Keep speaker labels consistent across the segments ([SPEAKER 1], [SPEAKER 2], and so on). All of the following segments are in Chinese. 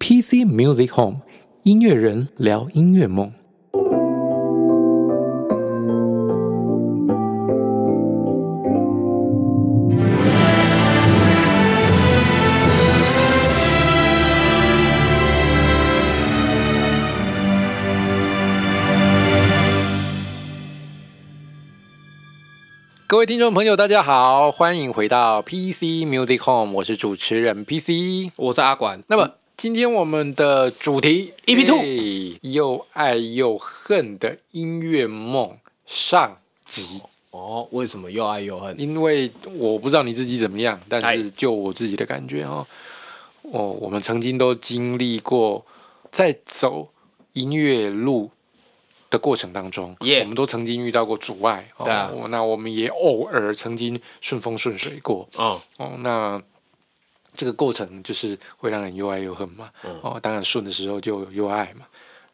[SPEAKER 1] PC Music Home 音乐人聊音乐梦。各位听众朋友，大家好，欢迎回到 PC Music Home，我是主持人 PC。
[SPEAKER 2] 我是阿管。
[SPEAKER 1] 那么今天我们的主题
[SPEAKER 2] EP 嗯 E two
[SPEAKER 1] 2又爱又恨的音乐梦上集。
[SPEAKER 2] 哦，为什么又爱又恨？
[SPEAKER 1] 因为我不知道你自己怎么样，但是
[SPEAKER 2] 哎
[SPEAKER 1] 就我自己的感觉哦，哦，我们曾经都经历过在走音乐路的过程当中
[SPEAKER 2] Yeah
[SPEAKER 1] 我们都曾经遇到过阻碍，哦、
[SPEAKER 2] 对啊
[SPEAKER 1] 我那我们也偶尔曾经顺风顺水过，
[SPEAKER 2] 哦，
[SPEAKER 1] 哦，那这个过程就是会让人又爱又恨嘛。哦，当然顺的时候就又爱嘛，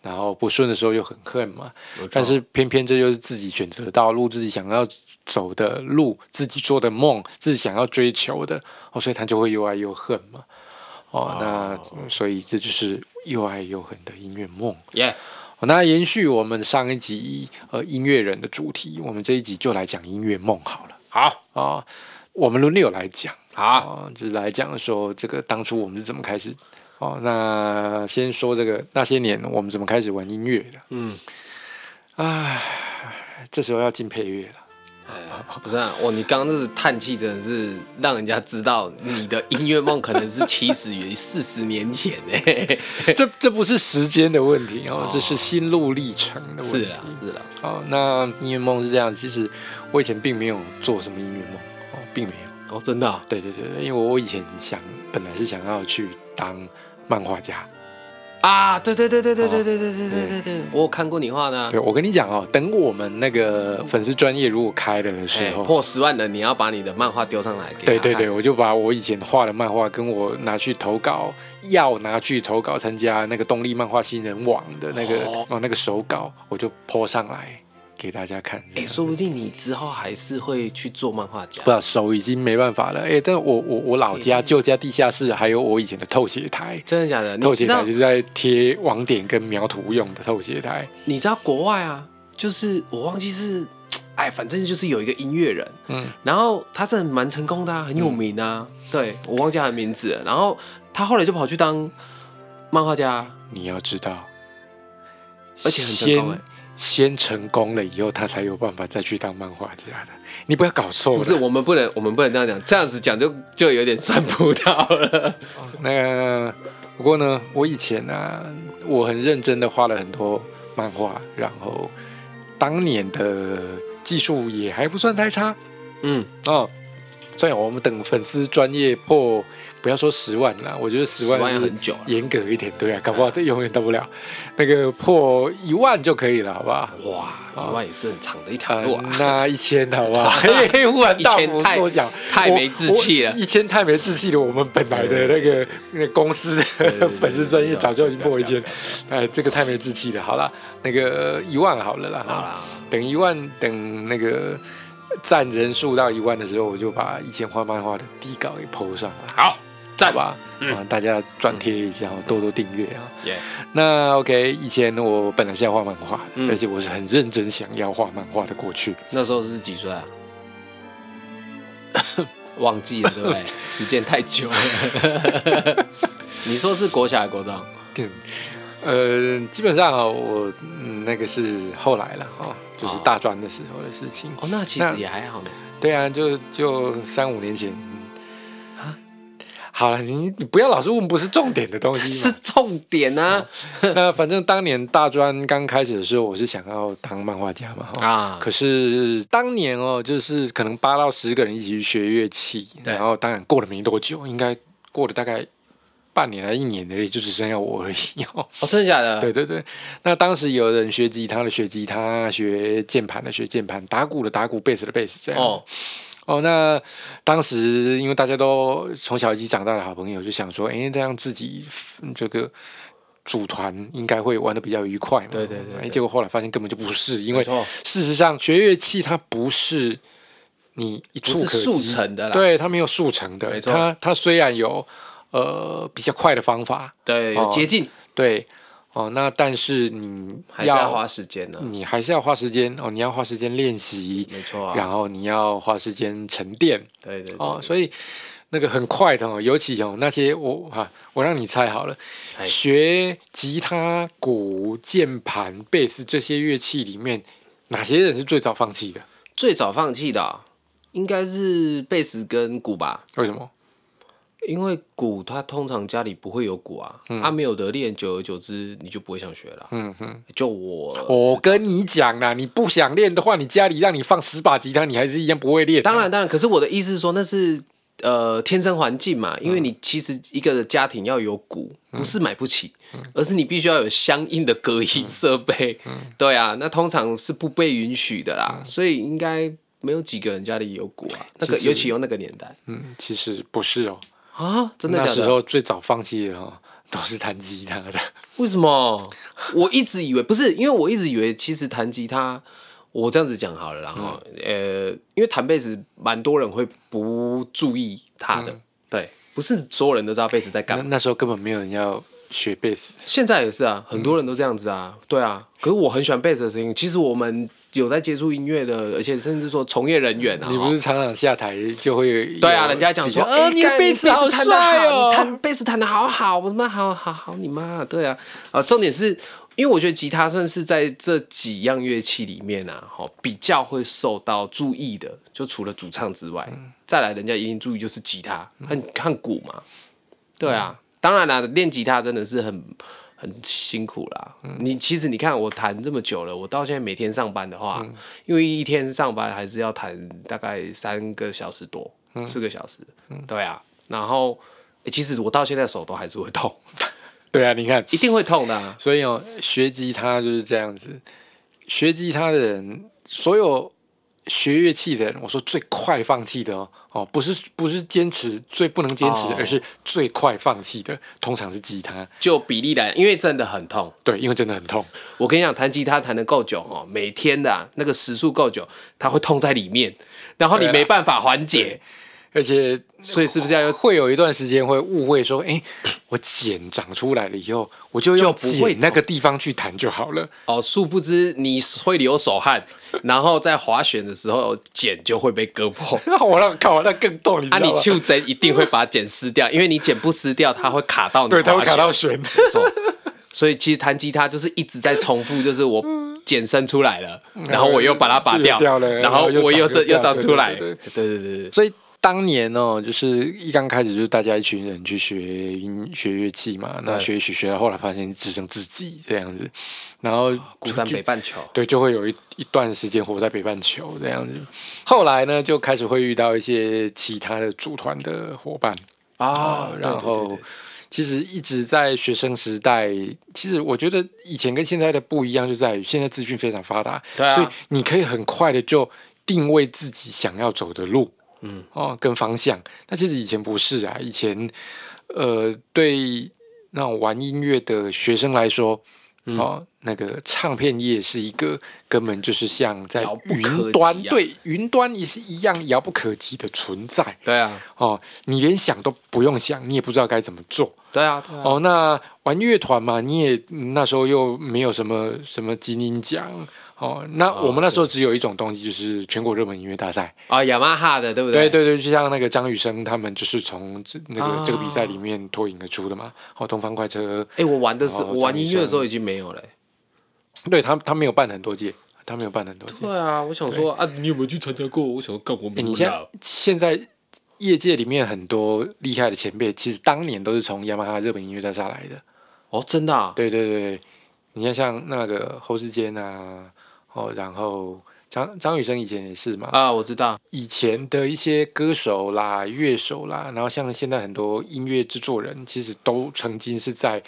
[SPEAKER 1] 然后不顺的时候又很恨嘛。但是偏偏这就是自己选择的道路，自己想要走的路，自己做的梦，自己想要追求的，哦，所以他就会又爱又恨嘛。哦，那嗯所以这就是又爱又恨的音乐梦。
[SPEAKER 2] 耶、
[SPEAKER 1] 好那延续我们上一集呃音乐人的主题，我们这一集就来讲音乐梦好了
[SPEAKER 2] 好，
[SPEAKER 1] 啊、我们轮流来讲。
[SPEAKER 2] 好，
[SPEAKER 1] 啊、就是来讲说这个当初我们是怎么开始哦。那先说这个那些年我们怎么开始玩音乐的？
[SPEAKER 2] 嗯，
[SPEAKER 1] 唉，这时候要进配乐了。
[SPEAKER 2] 哎不是啊，哇，你刚刚那个叹气真的是让人家知道你的音乐梦可能是起始 于四十年前诶。
[SPEAKER 1] 这这不是时间的问题哦，这是心路历程的问
[SPEAKER 2] 是啊
[SPEAKER 1] 题。
[SPEAKER 2] 啦，是啦，
[SPEAKER 1] 哦，那音乐梦是这样，其实我以前并没有做什么音乐梦哦，并没有。
[SPEAKER 2] 哦，真的啊、
[SPEAKER 1] 对对对，对因为我以前想本来是想要去当漫画家。
[SPEAKER 2] 啊，对对对对对对对对对对对对，我有看过你画的啊、
[SPEAKER 1] 对，我跟你讲哦，等我们那个粉丝专业如果开了的时
[SPEAKER 2] 哎
[SPEAKER 1] 候，
[SPEAKER 2] 破十万人，你要把你的漫画丢上来给
[SPEAKER 1] 对
[SPEAKER 2] 他
[SPEAKER 1] 对对，
[SPEAKER 2] 看，
[SPEAKER 1] 我就把我以前画的漫画跟我拿去投稿，要拿去投稿参加那个动力漫画新人网的那个哦
[SPEAKER 2] 哦
[SPEAKER 1] 那个手稿，我就 po 上来给大家看。这
[SPEAKER 2] 哎、
[SPEAKER 1] 样
[SPEAKER 2] 说不定你之后还是会去做漫画家
[SPEAKER 1] 不。知道手已经没办法了，哎、但我我我老家旧家地下室，还有我以前的透写台，
[SPEAKER 2] 真的假的？
[SPEAKER 1] 透
[SPEAKER 2] 你
[SPEAKER 1] 写
[SPEAKER 2] 知
[SPEAKER 1] 台
[SPEAKER 2] 道
[SPEAKER 1] 就是在贴网点跟描图用的透写台，
[SPEAKER 2] 你知道国外啊，就是我忘记是，哎，反正就是有一个音乐人，
[SPEAKER 1] 嗯
[SPEAKER 2] 嗯，然后他是蛮成功的、啊，很有名啊，对我忘记他的名字了，然后他后来就跑去当漫画家，
[SPEAKER 1] 你要知道，
[SPEAKER 2] 而且很成功
[SPEAKER 1] 先
[SPEAKER 2] 哎
[SPEAKER 1] 先成功了以后，他才有办法再去当漫画家的，你不要搞错了。
[SPEAKER 2] 不是我们不能，我们不能这样讲，这样子讲就就有点算不到了。
[SPEAKER 1] 那不过呢，我以前啊，我很认真的画了很多漫画，然后当年的技术也还不算太差
[SPEAKER 2] 嗯，
[SPEAKER 1] 哦。虽然我们等粉丝专业破，不要说十万啦，我觉得十
[SPEAKER 2] 十
[SPEAKER 1] 万
[SPEAKER 2] 万要
[SPEAKER 1] 是
[SPEAKER 2] 很久了，
[SPEAKER 1] 严格一点，对啊，搞不好这永远到不了，那个破一万就可以了，好不好？
[SPEAKER 2] 嗯哇，一万也是很长的一条
[SPEAKER 1] 呃
[SPEAKER 2] 路啊。
[SPEAKER 1] 那一千好不 好？嘿嘿，忽然大
[SPEAKER 2] 一千
[SPEAKER 1] 幅
[SPEAKER 2] 太
[SPEAKER 1] 缩小，
[SPEAKER 2] 太
[SPEAKER 1] 我
[SPEAKER 2] 没志气了
[SPEAKER 1] 我一千太没志气了。我们本来的那个那个公司的粉丝专业早就已经破一千，哎，这个太没志气了。好了，那个一万好了啦，
[SPEAKER 2] 好啦，
[SPEAKER 1] 等一万，等那个占人数到一万的时候，我就把以前画漫画的底稿给 PO 上来，
[SPEAKER 2] 哎好，
[SPEAKER 1] 好
[SPEAKER 2] 赞嗯吧，
[SPEAKER 1] 吧？啊，大家转贴一下，多多订阅啊。
[SPEAKER 2] 耶，
[SPEAKER 1] 那 OK，以前我本来是要画漫画的，
[SPEAKER 2] 嗯
[SPEAKER 1] 而且我是很认真想要画漫画的过去。
[SPEAKER 2] 那时候是几岁啊？ 忘记了，对 不对？时间太久了。 你说是国小还是国中？
[SPEAKER 1] 呃，基本上、哦、我、嗯、那个是后来了哈、哦，就是大专的时候的事情。
[SPEAKER 2] 哦，那其
[SPEAKER 1] 那
[SPEAKER 2] 实也还好呢。
[SPEAKER 1] 对啊，就就三五年前。啊好了，你你不要老是问不是重点的东
[SPEAKER 2] 这
[SPEAKER 1] 西
[SPEAKER 2] 是
[SPEAKER 1] 嘛。
[SPEAKER 2] 重点啊！
[SPEAKER 1] 那反正当年大专刚开始的时候，我是想要当漫画家嘛哈。
[SPEAKER 2] 啊，
[SPEAKER 1] 可是当年哦，就是可能八到十个人一起去学乐器，
[SPEAKER 2] 对
[SPEAKER 1] 然后当然过了没多久，应该过了大概半年还一年而已，就只剩下我而已哦。
[SPEAKER 2] 哦，真的假的？
[SPEAKER 1] 对对对，那当时有人学吉他的学吉他，学键盘的学键盘，打鼓的打鼓，贝斯的贝斯，这样子。
[SPEAKER 2] 哦
[SPEAKER 1] 哦，那当时因为大家都从小一起长大的好朋友，就想说，哎，这样自己嗯这个组团应该会玩的比较愉快嘛。
[SPEAKER 2] 对对对对
[SPEAKER 1] 诶结果后来发现根本就不是，因为
[SPEAKER 2] 没错
[SPEAKER 1] 事实上学乐器它不是你一触
[SPEAKER 2] 不是
[SPEAKER 1] 可及
[SPEAKER 2] 速成的啦
[SPEAKER 1] 对，它没有速成的，
[SPEAKER 2] 没错
[SPEAKER 1] 它它虽然有。呃比较快的方法，
[SPEAKER 2] 对，有捷径，
[SPEAKER 1] 对，哦，那但是你
[SPEAKER 2] 还是要
[SPEAKER 1] 要嗯
[SPEAKER 2] 花时间呢、
[SPEAKER 1] 你还是要花时间哦，你要花时间练习，
[SPEAKER 2] 没错啊，
[SPEAKER 1] 然后你要花时间沉淀
[SPEAKER 2] 对对对
[SPEAKER 1] 哦，所以那个很快的哦，尤其哦那些我啊，我让你猜好了，
[SPEAKER 2] 哎
[SPEAKER 1] 学吉他、鼓、键盘、贝斯这些乐器里面，哪些人是最早放弃的？
[SPEAKER 2] 最早放弃的啊、应该是贝斯跟鼓吧，
[SPEAKER 1] 为什么？
[SPEAKER 2] 因为鼓它通常家里不会有鼓啊，它、没有得练，久而久之你就不会想学了。
[SPEAKER 1] 嗯哼，
[SPEAKER 2] 就呃我，
[SPEAKER 1] 我跟你讲啦，你不想练的话，你家里让你放十把吉他，你还是一样不会练。
[SPEAKER 2] 当然当然，可是我的意思是说，那是呃天生环境
[SPEAKER 1] 嗯
[SPEAKER 2] 嘛，因为你其实一个家庭要有鼓，不是买不起，
[SPEAKER 1] 嗯
[SPEAKER 2] 而是你必须要有相应的隔音设备。
[SPEAKER 1] 嗯
[SPEAKER 2] 对啊，那通常是不被允许的啦，所以应该没有几个人家里有鼓啊。那个
[SPEAKER 1] 其实
[SPEAKER 2] 尤其有那个年代
[SPEAKER 1] 嗯，其实不是哦，
[SPEAKER 2] 啊，真的
[SPEAKER 1] 那
[SPEAKER 2] 假
[SPEAKER 1] 时
[SPEAKER 2] 的？
[SPEAKER 1] 候最早放弃的哦，都是弹吉他的。
[SPEAKER 2] 为什么？我一直以为不是，因为我一直以为其实弹吉他，我这样子讲好了啦，
[SPEAKER 1] 嗯
[SPEAKER 2] 然后、呃，因为弹贝斯蛮多人会不注意它
[SPEAKER 1] 嗯
[SPEAKER 2] 的，对，不是所有人都知道贝斯在干
[SPEAKER 1] 那
[SPEAKER 2] 嘛。
[SPEAKER 1] 那时候根本没有人要学贝斯。
[SPEAKER 2] 现在也是啊，很多人都这样子
[SPEAKER 1] 嗯
[SPEAKER 2] 啊，对啊。可是我很喜欢贝斯的声音。其实我们有在接触音乐的，而且甚至说从业人员啊，
[SPEAKER 1] 你不是常常下台就会有
[SPEAKER 2] 对啊，人家讲说，
[SPEAKER 1] 比较
[SPEAKER 2] 呃，
[SPEAKER 1] 哎
[SPEAKER 2] 你
[SPEAKER 1] 干
[SPEAKER 2] 的贝斯好
[SPEAKER 1] 弹得
[SPEAKER 2] 帅
[SPEAKER 1] 好你
[SPEAKER 2] 哦，你
[SPEAKER 1] 弹
[SPEAKER 2] 弹贝斯弹的好好，我他妈好好好你妈，对啊，啊，重点是因为我觉得吉他算是在这几样乐器里面啊，哈，比较会受到注意的，就除了主唱之外，再来人家一定注意就是吉他和和鼓嘛，对
[SPEAKER 1] 嗯
[SPEAKER 2] 啊，当然啦，练吉他真的是很。很辛苦啦，
[SPEAKER 1] 嗯
[SPEAKER 2] 你其实你看我弹这么久了，我到现在每天上班的话，
[SPEAKER 1] 嗯
[SPEAKER 2] 因为一天上班还是要弹大概三个小时多，
[SPEAKER 1] 嗯
[SPEAKER 2] 四个小时，对啊。然后、欸其实我到现在手都还是 会痛，
[SPEAKER 1] 对啊，你看，
[SPEAKER 2] 一定会痛的、啊。
[SPEAKER 1] 所以哦，学吉他就是这样子。学吉他的人，所有学乐器的人，我说最快放弃的哦，哦，不是不是坚持最不能坚持的，
[SPEAKER 2] 哦
[SPEAKER 1] 而是最快放弃的，通常是吉他。
[SPEAKER 2] 就比例来，因为真的很痛。
[SPEAKER 1] 对，因为真的很痛。
[SPEAKER 2] 我跟你讲，弹吉他弹的够久哦，每天的、啊、那个时速够久，它会痛在里面，然后你
[SPEAKER 1] 对啊
[SPEAKER 2] 没办法缓解，
[SPEAKER 1] 而且
[SPEAKER 2] 所以是不是要有
[SPEAKER 1] 会有一段时间会误会说， 哎、我茧长出来了以后，我就用
[SPEAKER 2] 就不会
[SPEAKER 1] 茧那个地方去弹就好了。
[SPEAKER 2] 哦，殊不知你会流手汗，然后在滑雪的时候茧就会被割 破。
[SPEAKER 1] 我那靠，那更痛，你知
[SPEAKER 2] 啊，
[SPEAKER 1] 道吗？
[SPEAKER 2] 你袖珍一定会把茧撕掉，因为你茧不撕掉，它会卡到你滑
[SPEAKER 1] 对，
[SPEAKER 2] 雪。
[SPEAKER 1] 它会卡到弦。
[SPEAKER 2] 啊没错。所以其实弹吉他就是一直在重复，就是我茧生出来了，然后我又把它拔
[SPEAKER 1] 又掉了
[SPEAKER 2] 然后
[SPEAKER 1] 然后又
[SPEAKER 2] 我又
[SPEAKER 1] 长
[SPEAKER 2] 这
[SPEAKER 1] 又
[SPEAKER 2] 又
[SPEAKER 1] 掉
[SPEAKER 2] 长出来。
[SPEAKER 1] 对
[SPEAKER 2] 对对对对，
[SPEAKER 1] 所以当年哦，就是一刚开始就是大家一群人去学音学乐器嘛，那
[SPEAKER 2] 对
[SPEAKER 1] 学一学学到后来发现只剩自己这样子，然后
[SPEAKER 2] 孤单
[SPEAKER 1] 就
[SPEAKER 2] 北半球。
[SPEAKER 1] 对，就会有一一段时间活在北半球这样子。后来呢，就开始会遇到一些其他的组团的伙伴，
[SPEAKER 2] 啊
[SPEAKER 1] 然后其实一直在学生时代，其实我觉得以前跟现在的不一样，就在于现在资讯非常发达，
[SPEAKER 2] 对啊
[SPEAKER 1] 所以你可以很快的就定位自己想要走的路，嗯，哦，跟方向。那其实以前不是啊，以前呃，对那种玩音乐的学生来说。
[SPEAKER 2] 嗯
[SPEAKER 1] 哦，那个唱片业是一个根本就是像在
[SPEAKER 2] 遥不可
[SPEAKER 1] 云端，
[SPEAKER 2] 及啊
[SPEAKER 1] 对云端也是一样遥不可及的存在。
[SPEAKER 2] 对啊
[SPEAKER 1] 哦，你连想都不用想，你也不知道该怎么做。
[SPEAKER 2] 对啊对啊，
[SPEAKER 1] 哦，那玩乐团嘛，你也嗯那时候又没有什么什么金鹰奖。哦，那我们那时候只有一种东西，就是全国热门音乐大赛。
[SPEAKER 2] 啊雅马哈的对不
[SPEAKER 1] 对啊
[SPEAKER 2] 对
[SPEAKER 1] 对对，就像那个张雨生他们，就是从这那个、这个比赛里面脱颖而出的嘛。哦，东方快车，
[SPEAKER 2] 哎，我玩的是
[SPEAKER 1] 哦
[SPEAKER 2] 我玩
[SPEAKER 1] 张雨
[SPEAKER 2] 音乐的时候已经没有了。欸
[SPEAKER 1] 对他他没有办很多届，他没有办很多届。
[SPEAKER 2] 对哎啊，我想说啊，你有没有去参加过？我想说干我没
[SPEAKER 1] 欸你
[SPEAKER 2] 有
[SPEAKER 1] 现
[SPEAKER 2] 啦
[SPEAKER 1] 在现在业界里面很多厉害的前辈，其实当年都是从雅马哈热门音乐大赛来的。
[SPEAKER 2] 哦，真的啊，
[SPEAKER 1] 对对对，你看像那个侯世坚啊，哦，然后张张雨生以前也是嘛，
[SPEAKER 2] 啊，我知道，
[SPEAKER 1] 以前的一些歌手啦、乐手啦，然后像现在很多音乐制作人，其实都曾经是在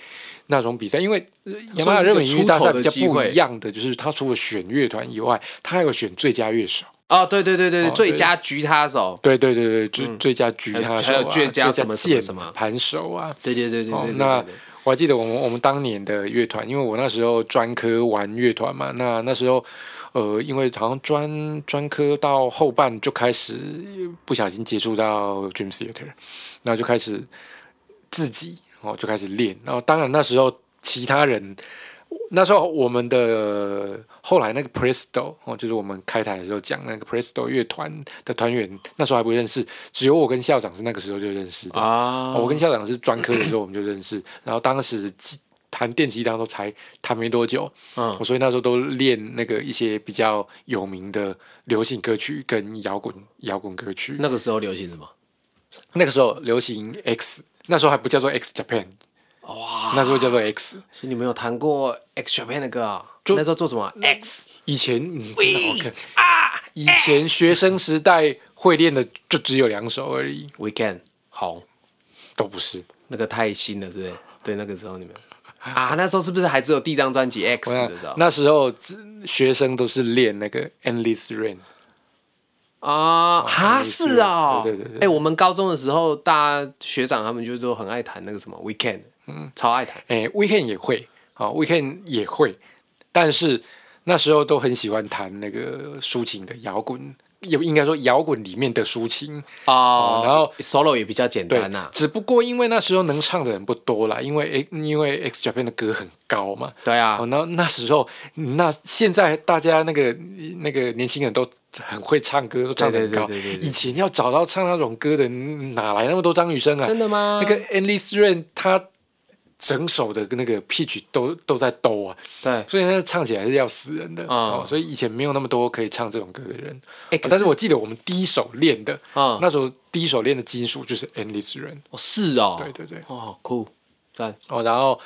[SPEAKER 1] 那种比赛，因为呃雅马哈热门音乐大赛比较不一样的，就是他除了选乐团以外，他还有选最佳乐手。
[SPEAKER 2] 哦，对对对对
[SPEAKER 1] 哦
[SPEAKER 2] 对，最佳吉他手，
[SPEAKER 1] 对对对对，最、最佳吉他手
[SPEAKER 2] 嗯还
[SPEAKER 1] 啊，
[SPEAKER 2] 有最佳什么什么
[SPEAKER 1] 键
[SPEAKER 2] 什么
[SPEAKER 1] 盘手啊，
[SPEAKER 2] 对对对对
[SPEAKER 1] 哦
[SPEAKER 2] 对，对，
[SPEAKER 1] 那
[SPEAKER 2] 对对
[SPEAKER 1] 我还记得我们我们当年的乐团，因为我那时候专科玩乐团嘛，那那时候呃，因为好像专专科到后半就开始不小心接触到 Dream Theater，然后就开始自己哦就开始练。然后当然那时候其他人，那时候我们的后来那个 Presto 哦，就是我们开台的时候讲那个 Presto 乐团的团员，那时候还不认识，只有我跟校长是那个时候就认识的。
[SPEAKER 2] 啊
[SPEAKER 1] 哦我跟校长是专科的时候我们就认识，然后当时吉弹电吉他都才弹没多久，
[SPEAKER 2] 嗯
[SPEAKER 1] 我所以那时候都练那个一些比较有名的流行歌曲跟摇滚摇滚歌曲。
[SPEAKER 2] 那个时候流行什么？
[SPEAKER 1] 那个时候流行 X，那时候还不叫做 X Japan，
[SPEAKER 2] 哇，
[SPEAKER 1] 那时候叫做 X。
[SPEAKER 2] 所以你们有弹过 X Japan 的歌啊？
[SPEAKER 1] 就
[SPEAKER 2] 那时候做什么？X
[SPEAKER 1] 以前嗯，真的好看啊！以前学生时代会练的就只有两首而已，
[SPEAKER 2] Weekend 红，
[SPEAKER 1] 都不是。
[SPEAKER 2] 那个太新了，是不是？对，那个时候你们啊，那时候是不是还只有第一张专辑 X
[SPEAKER 1] 那
[SPEAKER 2] 的时候？啊
[SPEAKER 1] 那时候只学生都是练那个 Endless Rain，
[SPEAKER 2] 啊，哈
[SPEAKER 1] 类似
[SPEAKER 2] 是啊，
[SPEAKER 1] 对对对对
[SPEAKER 2] 哎，我们高中的时候，大家学长他们就都很爱弹那个什么 Weekend，嗯，超爱弹。
[SPEAKER 1] 哎、w e e k e n d 也会啊、w e e k e n d 也会，但是那时候都很喜欢弹那个抒情的摇滚，也应该说摇滚里面的抒情。
[SPEAKER 2] 哦
[SPEAKER 1] 哦，然后
[SPEAKER 2] solo 也比较简
[SPEAKER 1] 对，
[SPEAKER 2] 单啊呐、
[SPEAKER 1] 只不过因为那时候能唱的人不多啦，因为 X 因为 X Japan 的歌很高嘛。
[SPEAKER 2] 对啊
[SPEAKER 1] 哦，，那那时候，那现在大家那个那个年轻人都很会唱歌，都唱的很高。
[SPEAKER 2] 对对对对对
[SPEAKER 1] 以前要找到唱那种歌的，哪来那么多张雨生啊？
[SPEAKER 2] 真的吗？
[SPEAKER 1] 那个 Endless Rain，他整首的那个 pitch 都都在抖啊，
[SPEAKER 2] 对，哎、
[SPEAKER 1] 所以那唱起来是要死人的、
[SPEAKER 2] 嗯哎
[SPEAKER 1] 哦。所以以前没有那么多可以唱这种歌的人。哦
[SPEAKER 2] 可
[SPEAKER 1] 但是我记得我们第一首练的，
[SPEAKER 2] 嗯
[SPEAKER 1] 那时候第一首练的金属就是 Endless Rain。
[SPEAKER 2] 哦是哦，
[SPEAKER 1] 对对对，
[SPEAKER 2] 哦，好酷，赞，
[SPEAKER 1] 哦，然后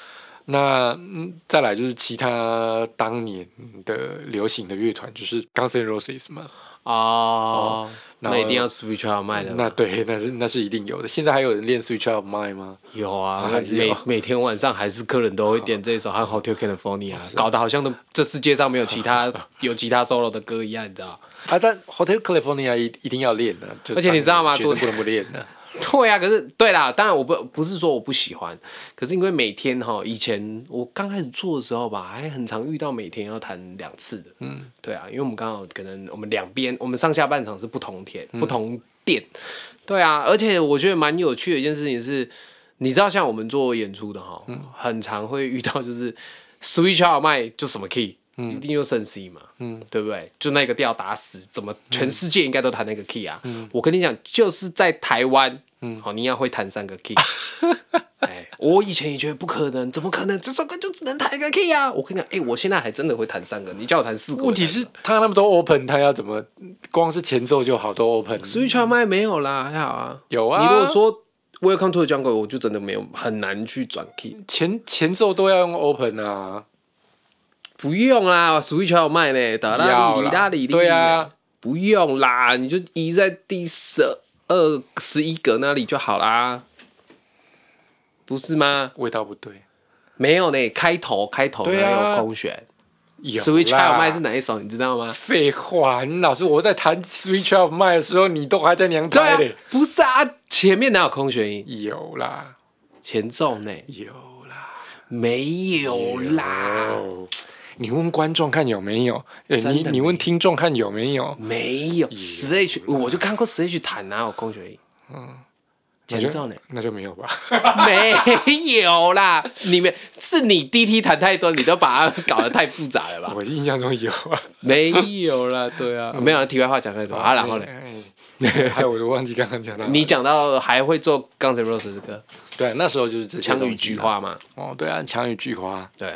[SPEAKER 1] 那嗯，再来就是其他当年的流行的乐团，就是 Guns N' Roses 嘛。
[SPEAKER 2] 哦，
[SPEAKER 1] 然
[SPEAKER 2] 那
[SPEAKER 1] 后
[SPEAKER 2] 一定要 Switch Out 卖的嘛，
[SPEAKER 1] 那对，那是那是一定有的。现在还有人练 Switch Out Mine 吗？
[SPEAKER 2] 有啊，
[SPEAKER 1] 还是
[SPEAKER 2] 每
[SPEAKER 1] 有
[SPEAKER 2] 每天晚上还是客人都会点这一首《和 Hotel California》，搞啊得好像都这世界上没有其 他有其他 solo 的歌一样，你知道？
[SPEAKER 1] 啊，但 Hotel California 一一定要练的、就
[SPEAKER 2] 而且你知道吗
[SPEAKER 1] 学生
[SPEAKER 2] 昨
[SPEAKER 1] 不能不练的、
[SPEAKER 2] 对啊，可是对啦，当然我不不是说我不喜欢，可是因为每天哈，以前我刚开始做的时候吧，还很常遇到每天要弹两次的，嗯，对啊，因为我们刚好可能我们两边我们上下半场是不同天、不同店，对啊，而且我觉得蛮有趣的一件事情是，你知道像我们做演出的哈，
[SPEAKER 1] 嗯
[SPEAKER 2] 很常会遇到就是 switch out 麦就什么 key。一定就升 C 嘛，嗯，对不对？就那个调打死，怎么全世界应该都弹那个 key 啊？
[SPEAKER 1] 嗯
[SPEAKER 2] 我跟你讲，就是在台湾，嗯，好，你要会弹三个 key，哎，我以前也觉得不可能，怎么可能？这首歌就只能弹一个 key 啊！我跟你讲，哎、我现在还真的会弹三个，你叫我弹四个，
[SPEAKER 1] 问题是他那么多 open，他要怎么？光是前奏就好多 open。
[SPEAKER 2] Switch o 麦没有啦，还好啊。
[SPEAKER 1] 有啊
[SPEAKER 2] 你如果说 Welcome to the Jungle，我就真的没有很难去转 key。
[SPEAKER 1] 前前奏都要用 open 啊，
[SPEAKER 2] 不用啦，Switch o 麦呢，打啦
[SPEAKER 1] 要
[SPEAKER 2] 里里啦
[SPEAKER 1] 啦
[SPEAKER 2] 里里。
[SPEAKER 1] 对啊，
[SPEAKER 2] 不用啦，你就移在第十二十一格那里就好啦，不是吗？
[SPEAKER 1] 味道不对。
[SPEAKER 2] 没有呢，开头开头
[SPEAKER 1] 对啊
[SPEAKER 2] 哪有空弦
[SPEAKER 1] 有
[SPEAKER 2] ？Switch o
[SPEAKER 1] 啦
[SPEAKER 2] 麦是哪一首？你知道吗？
[SPEAKER 1] 废话，你老师，我在弹 Switch Up 麦的时候，你都还在娘
[SPEAKER 2] 对
[SPEAKER 1] 胎
[SPEAKER 2] 啊
[SPEAKER 1] 嘞。，
[SPEAKER 2] 不是啊，前面哪有空弦音？
[SPEAKER 1] 有啦，
[SPEAKER 2] 前奏呢？
[SPEAKER 1] 有啦，
[SPEAKER 2] 没有啦。
[SPEAKER 1] 有。你问观众看有没有？哎
[SPEAKER 2] 真的
[SPEAKER 1] 你
[SPEAKER 2] 没有
[SPEAKER 1] 你问听众看有没有？
[SPEAKER 2] 没有 Slash，我就看过 Slash 弹啊，有空学音，嗯，前奏呢？
[SPEAKER 1] 那就没有吧。
[SPEAKER 2] 没有啦，你们是你 DT 弹太多，你都把它搞得太复杂了吧？
[SPEAKER 1] 我印象中有啊。
[SPEAKER 2] 没有啦，对啊， 没有啦。题外话讲太多啊， 然后呢？
[SPEAKER 1] 哎？哎 还有我都忘记刚刚讲到。
[SPEAKER 2] 你讲到还会做钢琴 Rose 的歌，
[SPEAKER 1] 对啊那时候就是这些
[SPEAKER 2] 枪与
[SPEAKER 1] 东西
[SPEAKER 2] 菊
[SPEAKER 1] 啦。
[SPEAKER 2] 花嘛，
[SPEAKER 1] 哦，对啊，枪与菊花。
[SPEAKER 2] 对，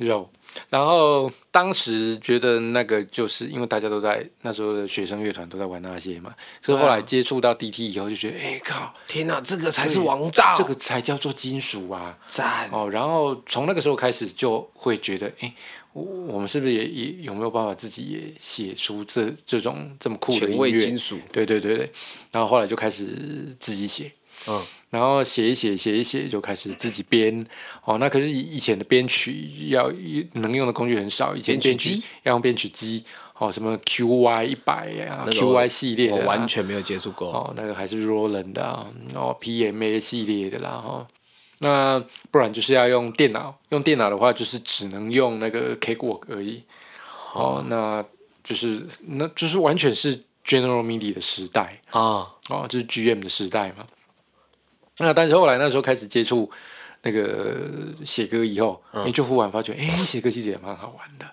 [SPEAKER 1] 有，然后当时觉得那个就是因为大家都在那时候的学生乐团都在玩那些嘛，所以后来接触到 DT 以后就觉
[SPEAKER 2] 啊
[SPEAKER 1] 得，哎、靠，
[SPEAKER 2] 天哪，这个才是王道，
[SPEAKER 1] 这个才叫做金属啊！
[SPEAKER 2] 赞，
[SPEAKER 1] 哦，然后从那个时候开始就会觉得，哎，我我们是不是也也有没有办法自己也写出这这种这么酷的
[SPEAKER 2] 前
[SPEAKER 1] 音
[SPEAKER 2] 卫
[SPEAKER 1] 乐
[SPEAKER 2] 金？属，
[SPEAKER 1] 对对对对，然后后来就开始自己写，
[SPEAKER 2] 嗯，
[SPEAKER 1] 然后写一写，写一写就开始自己编哦。那可是以以前的编曲要能用的工具很少，以前
[SPEAKER 2] 编曲
[SPEAKER 1] 编
[SPEAKER 2] 机
[SPEAKER 1] 曲要用编曲机哦，什么 QY 一百呀、
[SPEAKER 2] 那个
[SPEAKER 1] QY 系列的、
[SPEAKER 2] 我
[SPEAKER 1] 啊，
[SPEAKER 2] 完全没有接触过，
[SPEAKER 1] 哦，那个还是 Roland 的、啊，哦 PMA 系列的啦哦。那不然就是要用电脑，用电脑的话就是只能用那个 Cakewalk 而已。哦，那就是那就是完全是 General MIDI 的时代
[SPEAKER 2] 啊，
[SPEAKER 1] 哦，就是 GM 的时代嘛。那但是后来那时候开始接触那个写歌以后，你、就忽然发觉，哎、写歌其实也蛮好玩的。哦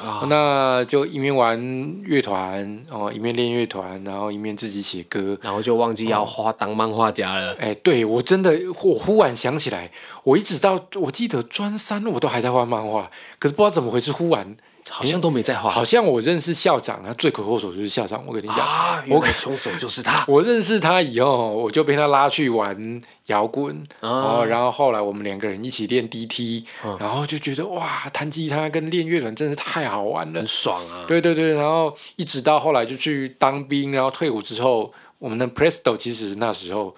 [SPEAKER 2] 啊
[SPEAKER 1] 那就一面玩乐团，哦，一面练乐团，然后一面自己写歌。
[SPEAKER 2] 然后就忘记要画当漫画家了。
[SPEAKER 1] 哎、对我真的，我忽然想起来，我一直到我记得专三，我都还在画漫画，可是不知道怎么回事，忽然
[SPEAKER 2] 好像都没在画
[SPEAKER 1] 好像我认识校长，他罪魁祸首就是校长。我跟你讲，
[SPEAKER 2] 啊！原来凶手就是他。
[SPEAKER 1] 我认识他以后，我就被他拉去玩摇滚，
[SPEAKER 2] 啊嗯
[SPEAKER 1] 哦，然后后来我们两个人一起练 DT，、然后就觉得哇，弹吉他跟练乐团真是太好玩了
[SPEAKER 2] 很。爽啊！
[SPEAKER 1] 对对对，然后一直到后来就去当兵，然后退伍之后，我们的 Presto 其实那时候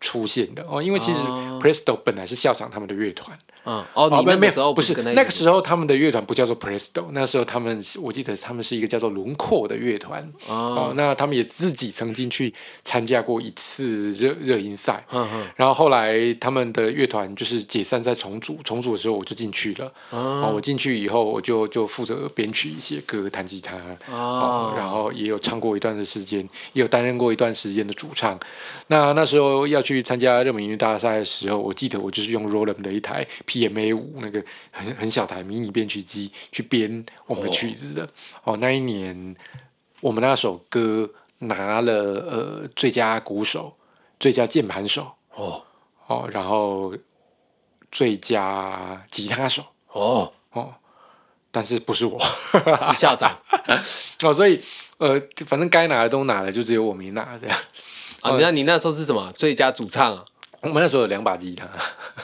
[SPEAKER 1] 出现的哦，因为其实
[SPEAKER 2] 哦
[SPEAKER 1] Presto 本来是校长他们的乐团，
[SPEAKER 2] 嗯，哦，
[SPEAKER 1] 哦，
[SPEAKER 2] 你
[SPEAKER 1] 没
[SPEAKER 2] 那
[SPEAKER 1] 有没
[SPEAKER 2] 个时候
[SPEAKER 1] 有，不是
[SPEAKER 2] 跟他一
[SPEAKER 1] 那
[SPEAKER 2] 起
[SPEAKER 1] 个时候他们的乐团不叫做 Presto，那时候他们是我记得他们是一个叫做轮廓的乐团
[SPEAKER 2] 哦，
[SPEAKER 1] 那他们也自己曾经去参加过一次热热音赛，
[SPEAKER 2] 嗯嗯
[SPEAKER 1] 然后后来他们的乐团就是解散再重组，重组的时候我就进去了，哦，我进去以后我就就负责编曲一些歌，弹吉他，
[SPEAKER 2] 哦
[SPEAKER 1] 然后也有唱过一段的时间，也有担任过一段时间的主唱。那那时候要去参加热门音乐大赛的时候，我记得我就是用 Roland 的一台 PMA 五那个很很小台迷你编曲机去编我们的曲子的。哦那一年我们那首歌拿了呃最佳鼓手、最佳键盘手
[SPEAKER 2] 哦
[SPEAKER 1] 哦，然后最佳吉他手
[SPEAKER 2] 哦，
[SPEAKER 1] 哦，但是不是我。
[SPEAKER 2] 是校长
[SPEAKER 1] 哦，所以呃，反正该拿的都拿了，就只有我没拿这样。
[SPEAKER 2] 啊！那你那时候是什么最佳主唱啊？
[SPEAKER 1] 我们那时候有两把吉他。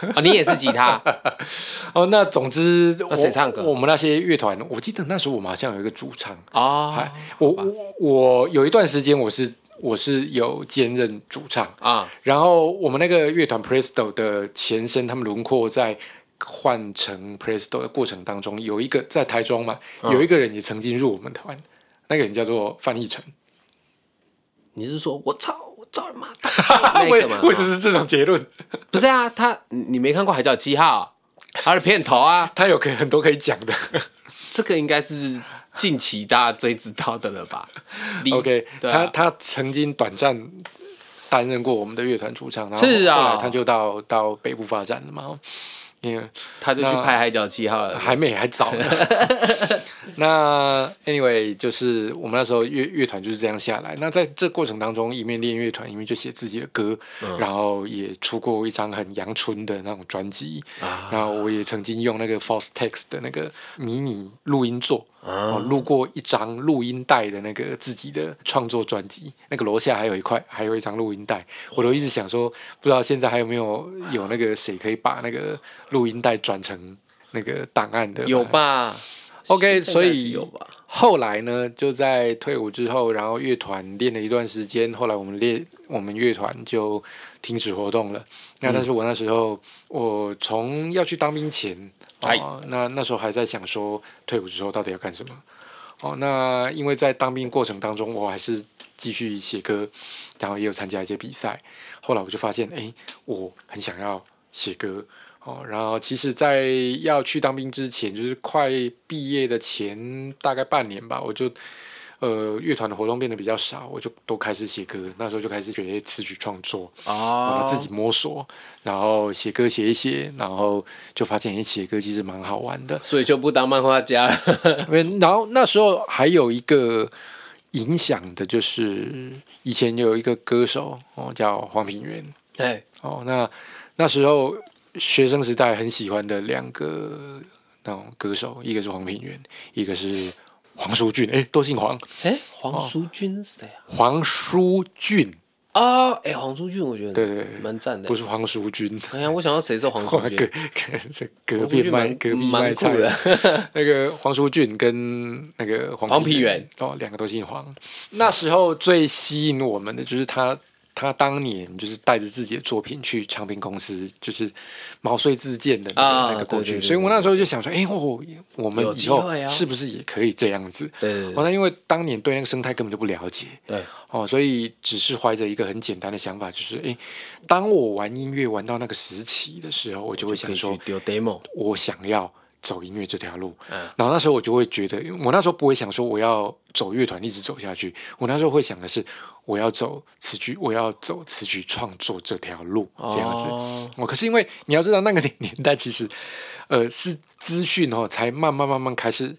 [SPEAKER 2] 啊，你也是吉 他
[SPEAKER 1] 哦，那总之，我
[SPEAKER 2] 谁唱歌
[SPEAKER 1] 我们那些乐团，我记得那时候我们好像有一个主唱。
[SPEAKER 2] 哦
[SPEAKER 1] 哎，我我我有一段时间我是我是有兼任主唱，
[SPEAKER 2] 啊
[SPEAKER 1] 然后我们那个乐团 Presto 的前身，他们轮廓在换成 Presto 的过程当中，有一个在台中嘛，有一个人也曾经入我们团，那个人叫做范逸臣。
[SPEAKER 2] 你是说我操我操你妈
[SPEAKER 1] 为
[SPEAKER 2] 那个吗？啊
[SPEAKER 1] 为什么是这种结论？
[SPEAKER 2] 不是啊，他你你没看过《海角七号》啊，他的片头啊，
[SPEAKER 1] 他有可很多可以讲的。
[SPEAKER 2] 这个应该是近期大家最知道的了 吧你
[SPEAKER 1] OK，、
[SPEAKER 2] 对
[SPEAKER 1] 他
[SPEAKER 2] 啊
[SPEAKER 1] 他曾经短暂担任过我们的乐团主唱，然后
[SPEAKER 2] 是啊
[SPEAKER 1] 后来他就到到北部发展了嘛，因为
[SPEAKER 2] 他就去
[SPEAKER 1] 那
[SPEAKER 2] 拍《海角七号》 了。
[SPEAKER 1] 还没还早呢。那 anyway，就是我们那时候乐乐团就是这样下来。那在这过程当中，一面练乐团，一面就写自己的歌，然后也出过一张很阳春的那种专辑。然后我也曾经用那个 False Text 的那个迷你录音座，哦，录过一张录音带的那个自己的创作专辑。那个楼下还有一块，还有一张录音带，我都一直想说，不知道现在还有没有有那个谁可以把那个录音带转成。那个档案的
[SPEAKER 2] 有
[SPEAKER 1] 吧。
[SPEAKER 2] 吧
[SPEAKER 1] OK，
[SPEAKER 2] 现在
[SPEAKER 1] 所
[SPEAKER 2] 是
[SPEAKER 1] 以
[SPEAKER 2] 有吧？
[SPEAKER 1] 后来呢，就在退伍之后，然后乐团练了一段时间，后来我们练我们乐团就停止活动了。那但是我那时候，我从要去当兵前，
[SPEAKER 2] 哎
[SPEAKER 1] 哦，那那时候还在想说，退伍之后到底要干什么？哦，那因为在当兵过程当中，我还是继续写歌，然后也有参加一些比赛。后来我就发现，哎，我很想要写歌哦。然后其实，在要去当兵之前，就是快毕业的前大概半年吧，我就呃乐团的活动变得比较少，我就都开始写歌。那时候就开始学词曲创作，然
[SPEAKER 2] 哦
[SPEAKER 1] 后自己摸索，然后写歌写一写，然后就发现，哎，写歌其实蛮好玩的。
[SPEAKER 2] 所以就不当漫画家了。
[SPEAKER 1] 因为然后那时候还有一个影响的，就是以前有一个歌手哦，叫黄品源
[SPEAKER 2] 对，
[SPEAKER 1] 哦，那那时候学生时代很喜欢的两个那种歌手，一个是黄品源，一个是黄舒骏，哎，都姓黄，
[SPEAKER 2] 哎，黄淑君是谁啊？
[SPEAKER 1] 黄舒骏
[SPEAKER 2] 哦，哎，黄淑君，我觉得
[SPEAKER 1] 对对对
[SPEAKER 2] 蛮赞的
[SPEAKER 1] 不。是黄淑君。
[SPEAKER 2] 哎 呀，我想到谁是黄淑
[SPEAKER 1] 隔
[SPEAKER 2] 君？
[SPEAKER 1] 隔这隔壁
[SPEAKER 2] 黄舒骏
[SPEAKER 1] 卖
[SPEAKER 2] 蛮
[SPEAKER 1] 隔壁
[SPEAKER 2] 蛮
[SPEAKER 1] 卖
[SPEAKER 2] 酷
[SPEAKER 1] 菜
[SPEAKER 2] 的
[SPEAKER 1] 那个黄舒骏跟那个黄
[SPEAKER 2] 黄
[SPEAKER 1] 品
[SPEAKER 2] 品
[SPEAKER 1] 源
[SPEAKER 2] 源
[SPEAKER 1] 哦，两个都姓黄。那时候最吸引我们的就是他，他当年就是带着自己的作品去唱片公司，就是毛遂自荐的那个
[SPEAKER 2] 啊
[SPEAKER 1] 那个过去。
[SPEAKER 2] 对对对
[SPEAKER 1] 所以我那时候就想说，哎、我我们
[SPEAKER 2] 有
[SPEAKER 1] 以
[SPEAKER 2] 机
[SPEAKER 1] 后
[SPEAKER 2] 会啊
[SPEAKER 1] 是不是也可以这样子？
[SPEAKER 2] 对对
[SPEAKER 1] 哦，
[SPEAKER 2] 对
[SPEAKER 1] 那因为当年对那个生态根本就不了解，
[SPEAKER 2] 对，
[SPEAKER 1] 哦，所以只是怀着一个很简单的想法，就是诶，当我玩音乐玩到那个时期的时候，我就会
[SPEAKER 2] 可
[SPEAKER 1] 想
[SPEAKER 2] 以
[SPEAKER 1] 说
[SPEAKER 2] 去，丢 demo。
[SPEAKER 1] 我想要走音乐这条路。
[SPEAKER 2] 嗯
[SPEAKER 1] 然后那时候我就会觉得，我那时候不会想说我要走乐团一直走下去，我那时候会想的是我要走词曲，我要走词曲创作这条路这样子。
[SPEAKER 2] 哦
[SPEAKER 1] 哦，可是因为你要知道那个年 年代，其实呃是资讯哦，才慢慢慢慢开始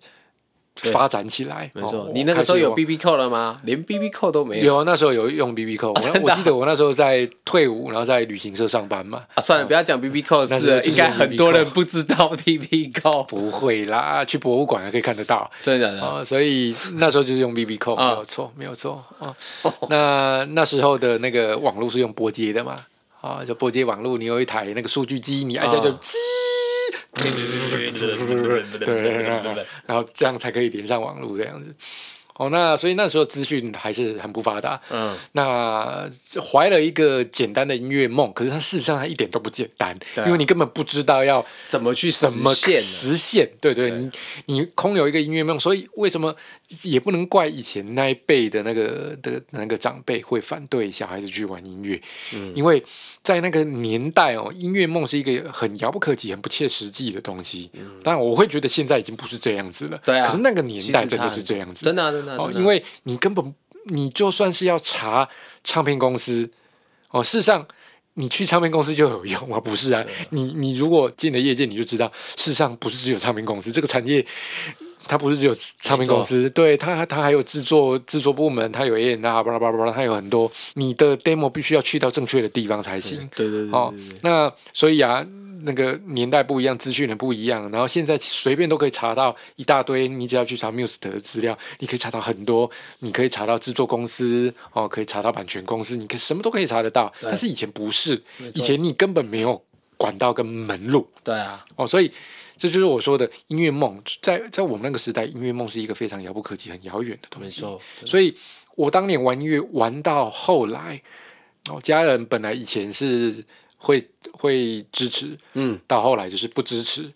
[SPEAKER 2] 对
[SPEAKER 1] 发展起来。
[SPEAKER 2] 没
[SPEAKER 1] 哦
[SPEAKER 2] 错，你那个时候有 B B 扣了吗？连 B B 扣都没哦有。
[SPEAKER 1] 有啊，那时候有用 B B 扣，
[SPEAKER 2] 啊
[SPEAKER 1] 我我记得我那时候在退伍，然后在旅行社上班嘛。
[SPEAKER 2] 啊、算了，不要讲 B B 扣
[SPEAKER 1] 那
[SPEAKER 2] 是
[SPEAKER 1] 时候
[SPEAKER 2] 了，
[SPEAKER 1] 就是
[SPEAKER 2] 应该很多
[SPEAKER 1] BB
[SPEAKER 2] 人不知道 B B 扣，
[SPEAKER 1] 不会啦，去博物馆还可以看得到。
[SPEAKER 2] 真的假 的？
[SPEAKER 1] 啊、所以那时候就是用 BB 扣，没
[SPEAKER 2] 嗯啊
[SPEAKER 1] 有错，没有错啊。那那时候的那个网络是用拨接的嘛？啊，就拨接网络，你有一台那个数据机，你按一下就
[SPEAKER 2] 啊
[SPEAKER 1] 叽，对，嗯然后这样才可以连上网络这样子。哦，那所以那时候资讯还是很不发达，
[SPEAKER 2] 嗯，
[SPEAKER 1] 那怀了一个简单的音乐梦，可是它事实上它一点都不简单，
[SPEAKER 2] 对啊
[SPEAKER 1] 因为你根本不知道要
[SPEAKER 2] 怎么去
[SPEAKER 1] 怎么
[SPEAKER 2] 实现呢？
[SPEAKER 1] 实现？对对，
[SPEAKER 2] 对
[SPEAKER 1] 你你空有一个音乐梦，所以为什么也不能怪以前那一辈的那个的那个长辈会反对小孩子去玩音乐，
[SPEAKER 2] 嗯
[SPEAKER 1] 因为在那个年代哦，音乐梦是一个很遥不可及、很不切实际的东西。当然，我会觉得现在已经不是这样子了。
[SPEAKER 2] 嗯对啊
[SPEAKER 1] 可是那个年代
[SPEAKER 2] 其
[SPEAKER 1] 真
[SPEAKER 2] 实差很
[SPEAKER 1] 的是这样子，
[SPEAKER 2] 真的啊、真的啊、
[SPEAKER 1] 哦，
[SPEAKER 2] 真的啊
[SPEAKER 1] 因为你根本你就算是要查唱片公司，哦，事实上你去唱片公司就有用啊，不是啊？你你如果进了业界，你就知道，事实上不是只有唱片公司这个产业。它不是只有唱片公司，对它，它还有制作制作部门，它有 A N R，巴拉巴拉巴拉，它有很多。你的 demo 必须要去到正确的地方才行。
[SPEAKER 2] 对对对
[SPEAKER 1] 哦，那所以啊，那个年代不一样，资讯也不一样，然后现在随便都可以查到一大堆，你只要去查 Muse 的资料，你可以查到很多，你可以查到制作公司，哦，可以查到版权公司，你可以什么都可以查得到。但是以前不是，以前你根本没有管道跟门路
[SPEAKER 2] 对啊，
[SPEAKER 1] 哦，所以。这就是我说的音乐梦，在在我们那个时代，音乐梦是一个非常遥不可及、很遥远的东西。
[SPEAKER 2] 没错，
[SPEAKER 1] 所以我当年玩音乐玩到后来，哦，家人本来以前是会会支持，
[SPEAKER 2] 嗯
[SPEAKER 1] 到后来就是不支持，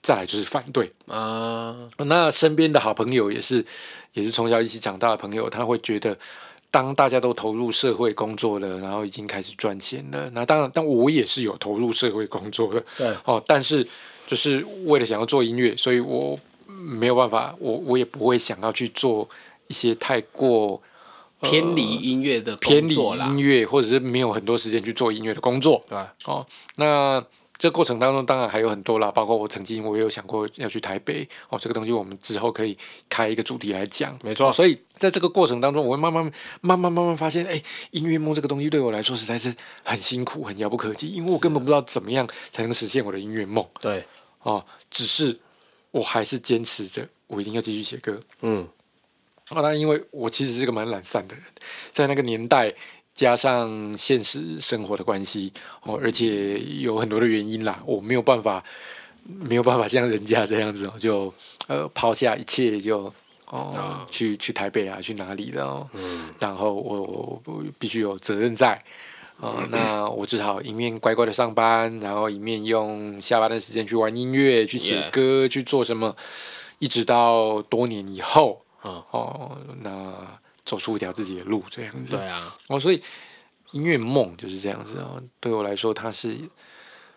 [SPEAKER 1] 再来就是反对。
[SPEAKER 2] 啊，
[SPEAKER 1] 那身边的好朋友也是也是从小一起长大的朋友，他会觉得。当大家都投入社会工作了，然后已经开始赚钱了，那当然，但我也是有投入社会工作的，
[SPEAKER 2] 对
[SPEAKER 1] 哦，但是就是为了想要做音乐，所以我没有办法，我我也不会想要去做一些太过
[SPEAKER 2] 偏离音乐的
[SPEAKER 1] 偏
[SPEAKER 2] 工
[SPEAKER 1] 离
[SPEAKER 2] 作啦
[SPEAKER 1] 音，乐，或者是没有很多时间去做音乐的工作。
[SPEAKER 2] 对吧？
[SPEAKER 1] 哦，那这过程当中当然还有很多啦，包括我曾经我也有想过要去台北哦，这个东西我们之后可以开一个主题来讲。
[SPEAKER 2] 没错
[SPEAKER 1] 哦所以在这个过程当中，我会慢慢、慢慢、慢慢发现，哎，音乐梦这个东西对我来说实在是很辛苦、很遥不可及，因为我根本不知道怎么样才能实现我的音乐梦
[SPEAKER 2] 对，
[SPEAKER 1] 哦。只是我还是坚持着，我一定要继续写歌。
[SPEAKER 2] 嗯，
[SPEAKER 1] 啊，那因为我其实是个蛮懒散的人，在那个年代，加上现实生活的关系，哦，而且有很多的原因啦，我没有办法，没有办法像人家这样子、哦，就呃抛下一切就。哦，去去台北啊，去哪里的哦？然后我我我必须有责任在，啊、那我只好一面乖乖的上班，然后一面用下班的时间去玩音乐、去写
[SPEAKER 2] Yeah
[SPEAKER 1] 歌、去做什么，一直到多年以后，
[SPEAKER 2] 嗯
[SPEAKER 1] 哦，那走出一条自己的路这样子。
[SPEAKER 2] 对啊，
[SPEAKER 1] 哦，所以音乐梦就是这样子哦。对我来说，它是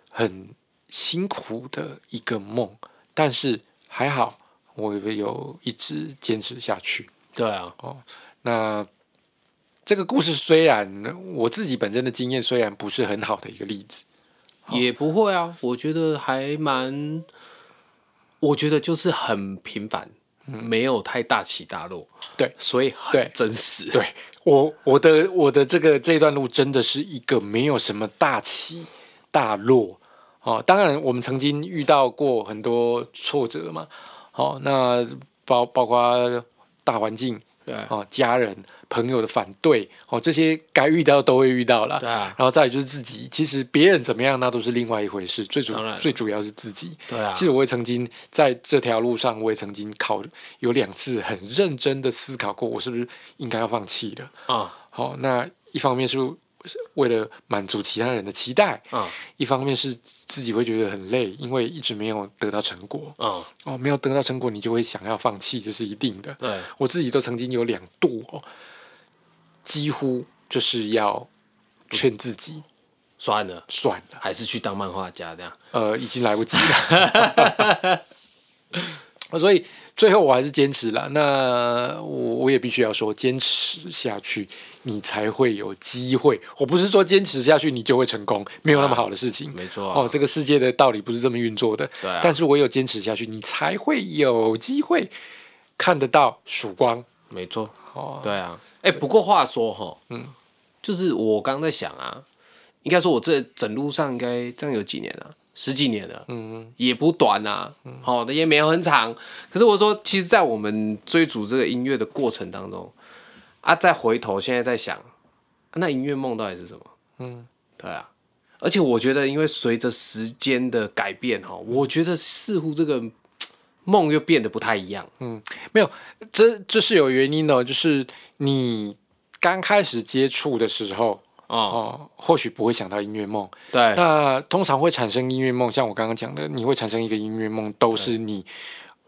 [SPEAKER 1] 很辛苦的一个梦，但是还好，我有一直坚持下去。
[SPEAKER 2] 对啊，
[SPEAKER 1] 哦那这个故事虽然我自己本身的经验虽然不是很好的一个例子，哦
[SPEAKER 2] 也不会啊，我觉得还蛮，我觉得就是很平凡，没有太大起大落，
[SPEAKER 1] 嗯对
[SPEAKER 2] 所以很
[SPEAKER 1] 对
[SPEAKER 2] 真实，
[SPEAKER 1] 对我我的我的这个这段路真的是一个没有什么大起大落哦。当然，我们曾经遇到过很多挫折嘛，哦，那包包括大环境
[SPEAKER 2] 对啊
[SPEAKER 1] 哦、家人、朋友的反对哦，这些该遇到都会遇到啦。
[SPEAKER 2] 对啊，
[SPEAKER 1] 然后再来就是自己，其实别人怎么样那都是另外一回事，最主
[SPEAKER 2] 当然
[SPEAKER 1] 最主要是自己。
[SPEAKER 2] 对啊
[SPEAKER 1] 其实我也曾经在这条路上，我也曾经考有两次很认真的思考过，我是不是应该要放弃了？
[SPEAKER 2] 啊
[SPEAKER 1] 好、那一方面是是为了满足其他人的期待，
[SPEAKER 2] 啊
[SPEAKER 1] 一方面是自己会觉得很累，因为一直没有得到成果。
[SPEAKER 2] 啊，
[SPEAKER 1] 哦，没有得到成果，你就会想要放弃，这是一定的。
[SPEAKER 2] 对，
[SPEAKER 1] 我自己都曾经有两度哦，几乎就是要劝自己
[SPEAKER 2] 算了，
[SPEAKER 1] 算了，
[SPEAKER 2] 还是去当漫画家这样。
[SPEAKER 1] 呃，已经来不及了。 所以最后我还是坚持了。那我我也必须要说，坚持下去，你才会有机会。我不是说坚持下去你就会成功，没有那么好的事情。
[SPEAKER 2] 没错啊
[SPEAKER 1] 哦，这个世界的道理不是这么运作的。
[SPEAKER 2] 对啊
[SPEAKER 1] 但是我有坚持下去，你才会有机会看得到曙光。
[SPEAKER 2] 没错，
[SPEAKER 1] 哦，
[SPEAKER 2] 对啊。哎、不过话说哈，嗯，就是我刚在想啊，应该说我这整路上应该这样有几年了、十几年了，嗯，也不短啊，好、的也没有很长。可是我说，其实，在我们追逐这个音乐的过程当中，啊，再回头现在在想，啊那音乐梦到底是什么？嗯，对啊。而且我觉得，因为随着时间的改变哈，我觉得似乎这个梦又变得不太一样。
[SPEAKER 1] 没有，这这是有原因的哦，就是你刚开始接触的时候，
[SPEAKER 2] 哦，
[SPEAKER 1] 哦，或许不会想到音乐梦。
[SPEAKER 2] 对，
[SPEAKER 1] 那通常会产生音乐梦，像我刚刚讲的，你会产生一个音乐梦，都是你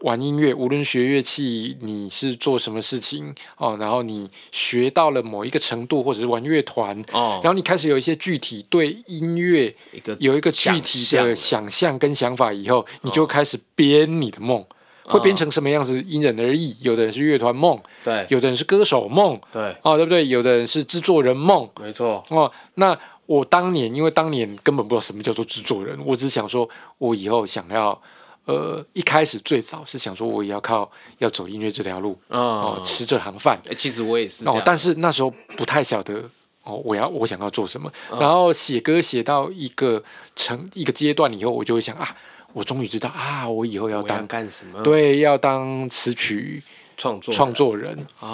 [SPEAKER 1] 玩音乐，无论学乐器，你是做什么事情哦，然后你学到了某一个程度，或者是玩乐团，
[SPEAKER 2] 哦
[SPEAKER 1] 然，后你开始有一些具体对音乐
[SPEAKER 2] 一个
[SPEAKER 1] 有一个具体的
[SPEAKER 2] 想象
[SPEAKER 1] 想象跟想法以后，你就开始编你的梦，会编成什么样子，因人而异。有的人是乐团梦，
[SPEAKER 2] 对
[SPEAKER 1] 有的人是歌手梦，
[SPEAKER 2] 对，
[SPEAKER 1] 哦，对不对？有的人是制作人梦，
[SPEAKER 2] 没错，
[SPEAKER 1] 哦，那我当年因为当年根本不知道什么叫做制作人，我只想说，我以后想要，呃，一开始最早是想说，我也要靠要走音乐这条路，哦
[SPEAKER 2] 嗯，，
[SPEAKER 1] 吃这行饭。
[SPEAKER 2] 哎其实我也是这
[SPEAKER 1] 哦
[SPEAKER 2] 样，，
[SPEAKER 1] 但是那时候不太晓得哦，我要我想要做什么。
[SPEAKER 2] 嗯
[SPEAKER 1] 然后写歌写到一个成一个阶段以后，我就会想啊，我终于知道啊，我以后要
[SPEAKER 2] 我要
[SPEAKER 1] 当
[SPEAKER 2] 干什么？
[SPEAKER 1] 对要当词曲
[SPEAKER 2] 创作
[SPEAKER 1] 创作人。哦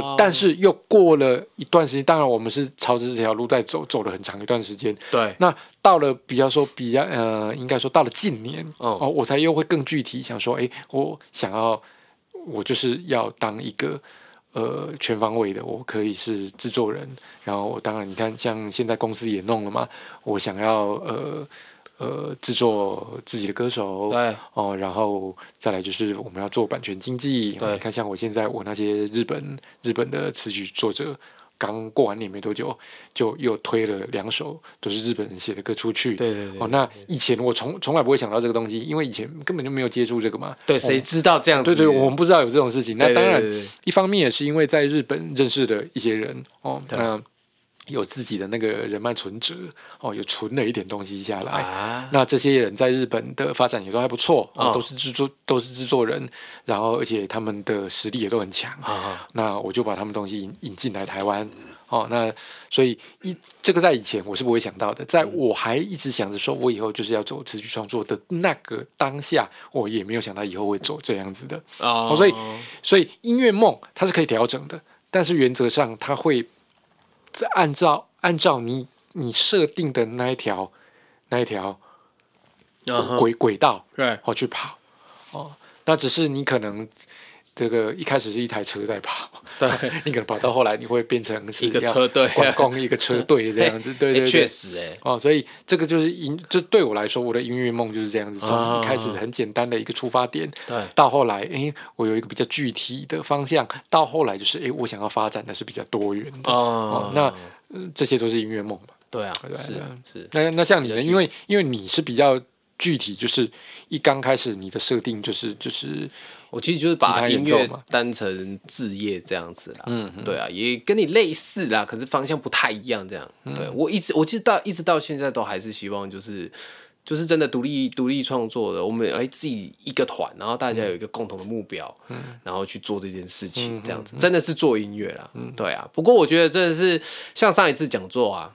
[SPEAKER 2] 哦，，
[SPEAKER 1] 但是又过了一段时间，当然我们是朝着这条路在走，走了很长一段时间。
[SPEAKER 2] 对，
[SPEAKER 1] 那到了比较说比较呃，应该说到了近年
[SPEAKER 2] 哦
[SPEAKER 1] 哦，我才又会更具体想说，哎，我想要我就是要当一个呃全方位的，我可以是制作人，然后我当然你看像现在公司也弄了嘛，我想要呃呃制作自己的歌手，
[SPEAKER 2] 对，
[SPEAKER 1] 哦，然后再来就是我们要做版权经济。
[SPEAKER 2] 对
[SPEAKER 1] 你看像我现在我那些日本日本的词曲作者，刚过完年没多久，就又推了两首都是日本人写的歌出去。
[SPEAKER 2] 对对对
[SPEAKER 1] 哦，那以前我从从来不会想到这个东西，因为以前根本就没有接触这个嘛。哦
[SPEAKER 2] 对，谁知道这样子？
[SPEAKER 1] 对对，我们不知道有这种事情。那
[SPEAKER 2] 对对
[SPEAKER 1] 当然
[SPEAKER 2] 对对对，
[SPEAKER 1] 一方面也是因为在日本认识的一些人哦，那有自己的那个人脉存折哦，有存了一点东西下来。
[SPEAKER 2] 啊，
[SPEAKER 1] 那这些人在日本的发展也都还不错、哦
[SPEAKER 2] 哦
[SPEAKER 1] 都是制作都是制作人，然后而且他们的实力也都很强。
[SPEAKER 2] 啊
[SPEAKER 1] 那我就把他们东西引引进来台湾。哦，那所以一这个在以前我是不会想到的，在我还一直想着说我以后就是要走词曲创作的那个当下，我也没有想到以后会走这样子的。
[SPEAKER 2] 哦
[SPEAKER 1] 哦，所以所以音乐梦它是可以调整的，但是原则上它会在按照按照你你设定的那一条那一条
[SPEAKER 2] 嗯哼
[SPEAKER 1] 轨轨道
[SPEAKER 2] 对
[SPEAKER 1] 哦去跑哦，那只是你可能这个一开始是一台车在跑，
[SPEAKER 2] 对，
[SPEAKER 1] 你可能跑到后来你会变成是
[SPEAKER 2] 一个
[SPEAKER 1] 要
[SPEAKER 2] 车队
[SPEAKER 1] 管控一个车 队这样子，对对
[SPEAKER 2] 哎
[SPEAKER 1] 对，
[SPEAKER 2] 确实哎，
[SPEAKER 1] 哦，所以这个就是音，就对我来说，我的音乐梦就是这样子，从一开始
[SPEAKER 2] 啊
[SPEAKER 1] 很简单的一个出发点，
[SPEAKER 2] 对
[SPEAKER 1] 到后来，诶，我有一个比较具体的方向，到后来就是，诶，我想要发展的是比较多元的。哦，
[SPEAKER 2] 哦
[SPEAKER 1] 那、呃这些都是音乐梦嘛。
[SPEAKER 2] 对啊
[SPEAKER 1] 对，啊
[SPEAKER 2] 是
[SPEAKER 1] 对啊
[SPEAKER 2] 啊是，
[SPEAKER 1] 那那像你呢？因为因为你是比较具体，就是一刚开始你的设定就是就是
[SPEAKER 2] 我其实就是
[SPEAKER 1] 吉他
[SPEAKER 2] 把
[SPEAKER 1] 演
[SPEAKER 2] 音
[SPEAKER 1] 奏
[SPEAKER 2] 乐
[SPEAKER 1] 嘛
[SPEAKER 2] 当成置业这样子啦，嗯，对啊，也跟你类似啦，可是方向不太一样，这样。对我一直，我其实到一直到现在都还是希望就是。就是真的独立独立创作的，我们哎自己一个团，然后大家有一个共同的目标，然后去做这件事情，这样子真的是做音乐啦，对啊。不过我觉得真的是像上一次讲座啊，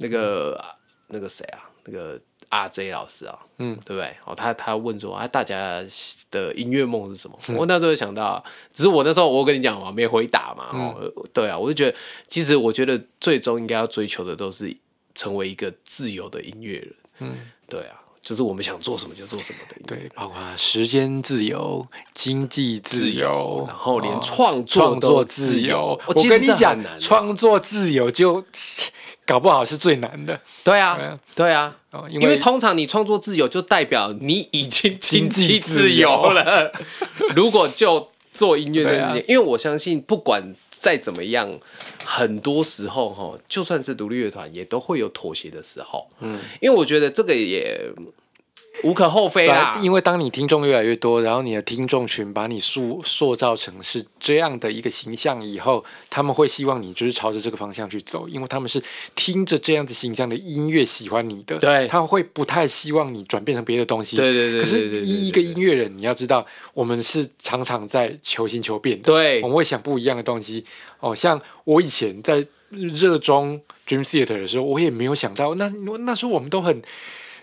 [SPEAKER 2] 那个、那个谁啊，那个 RJ 老师啊，嗯，对不对？哦，他他问说啊，大家的音乐梦是什么？ 我那时候就想到，只是我那时候我跟你讲嘛，没回答嘛，哦，对啊，我就觉得，其实我觉得最终应该要追求的都是成为一个自由的音乐人，嗯，对啊，就是我们想做什么就做什么的音乐人。
[SPEAKER 1] 对，包括时间自由、经济自由，
[SPEAKER 2] 然后连
[SPEAKER 1] 哦
[SPEAKER 2] 创作
[SPEAKER 1] 创作
[SPEAKER 2] 都自
[SPEAKER 1] 自由
[SPEAKER 2] 由。哦
[SPEAKER 1] 我
[SPEAKER 2] 其
[SPEAKER 1] 跟
[SPEAKER 2] 实
[SPEAKER 1] 你
[SPEAKER 2] 这
[SPEAKER 1] 讲
[SPEAKER 2] 很难啊，
[SPEAKER 1] 创作自由就 搞不好是最难的
[SPEAKER 2] 对啊
[SPEAKER 1] 啊，
[SPEAKER 2] 对啊，
[SPEAKER 1] 哦，
[SPEAKER 2] 因
[SPEAKER 1] 因
[SPEAKER 2] 为
[SPEAKER 1] 为
[SPEAKER 2] 通常你创作自由就代表你已经
[SPEAKER 1] 经
[SPEAKER 2] 经
[SPEAKER 1] 济
[SPEAKER 2] 济自
[SPEAKER 1] 自
[SPEAKER 2] 由
[SPEAKER 1] 由
[SPEAKER 2] 了。如果就做音乐这件事情，
[SPEAKER 1] 对啊
[SPEAKER 2] 因为我相信不管再怎么样，很多时候哈，就算是独立乐团，也都会有妥协的时候。嗯，因为我觉得这个也无可厚非啦，
[SPEAKER 1] 啊因为当你听众越来越多，然后你的听众群把你塑塑造成是这样的一个形象以后，他们会希望你就是朝着这个方向去走，因为他们是听着这样子形象的音乐喜欢你的，
[SPEAKER 2] 对
[SPEAKER 1] 他会不太希望你转变成别的东西。
[SPEAKER 2] 对对对对
[SPEAKER 1] 可
[SPEAKER 2] 对对
[SPEAKER 1] 是，
[SPEAKER 2] 对
[SPEAKER 1] 一一个音乐人，你要知道，我们是常常在求新求变的，
[SPEAKER 2] 对
[SPEAKER 1] 我们会想不一样的东西。哦，像我以前在热衷 Dream Theater 的时候，我也没有想到，那那时候我们都很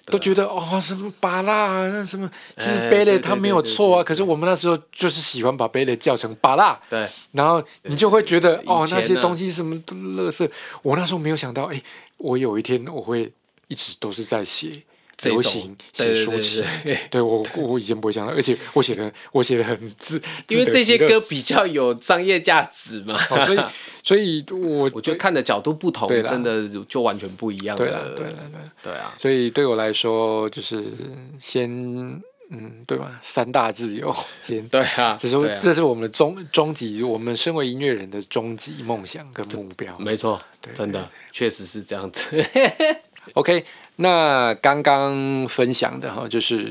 [SPEAKER 1] 都觉得哦，什么巴拉啊，那什么其实
[SPEAKER 2] 哎
[SPEAKER 1] 贝
[SPEAKER 2] 对
[SPEAKER 1] 勒
[SPEAKER 2] 对
[SPEAKER 1] 他
[SPEAKER 2] 对
[SPEAKER 1] 没有
[SPEAKER 2] 对
[SPEAKER 1] 错啊，
[SPEAKER 2] 对
[SPEAKER 1] 可是我们那时候就是喜欢把贝勒叫成巴拉，
[SPEAKER 2] 对，
[SPEAKER 1] 然后你就会觉得
[SPEAKER 2] 对
[SPEAKER 1] 哦
[SPEAKER 2] 以，前
[SPEAKER 1] 那些
[SPEAKER 2] 啊
[SPEAKER 1] 东西什么都垃圾。我那时候没有想到，哎，我有一天我会一直都是在写。
[SPEAKER 2] 这
[SPEAKER 1] 流
[SPEAKER 2] 种
[SPEAKER 1] 行写
[SPEAKER 2] 对
[SPEAKER 1] 抒
[SPEAKER 2] 对对
[SPEAKER 1] 情
[SPEAKER 2] 对，
[SPEAKER 1] 对我我我以前不会想到，而且我写的我写的很自，
[SPEAKER 2] 因为
[SPEAKER 1] 自得
[SPEAKER 2] 这些
[SPEAKER 1] 其乐
[SPEAKER 2] 歌比较有商业价值嘛。
[SPEAKER 1] 哦 所以所以我
[SPEAKER 2] 我觉得看的角度不同，
[SPEAKER 1] 对啦
[SPEAKER 2] 真的就完全不一样
[SPEAKER 1] 对了
[SPEAKER 2] 了。
[SPEAKER 1] 对了对了，
[SPEAKER 2] 对啊，
[SPEAKER 1] 所以对我来说就是先嗯对吧，三大自由先
[SPEAKER 2] 对啊，
[SPEAKER 1] 这
[SPEAKER 2] 对
[SPEAKER 1] 是
[SPEAKER 2] 啊
[SPEAKER 1] 这是我们的终终极，我们身为音乐人的终极梦想跟目标。
[SPEAKER 2] 没错
[SPEAKER 1] 对，
[SPEAKER 2] 真
[SPEAKER 1] 对
[SPEAKER 2] 的确实是这样子。
[SPEAKER 1] OK，那刚刚分享的哈，就是